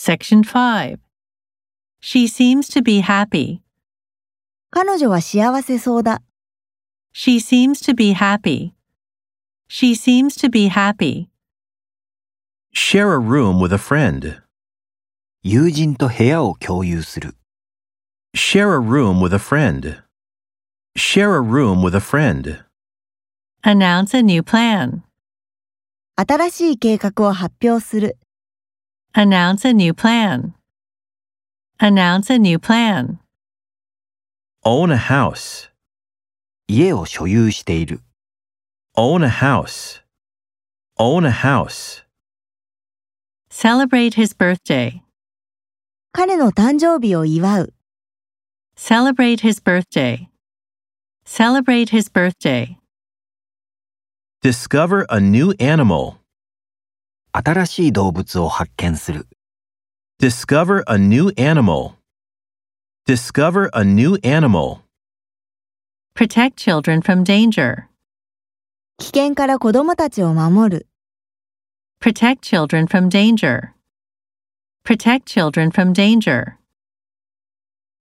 Section 5. She seems to be happy. 彼女は幸せそうだ。 She seems to be happy. She seems to be happy. Share a room with a friend. 友人と部屋を共有する。 Share a room with a friend. Share a room with a friend. Announce a new plan. 新しい計画を発表する。 Announce a new plan. Announce a new plan. Own a house. 家を所有している。 Own a house. Own a house. Celebrate his birthday. 彼の誕生日を祝う。 Celebrate his birthday. Celebrate his birthday. Discover a new animal. 新しい動物を発見する。 Discover a new animal. Discover a new animal. Protect children from danger. 危険から子供たちを守る。 Protect children from danger. Protect children from danger.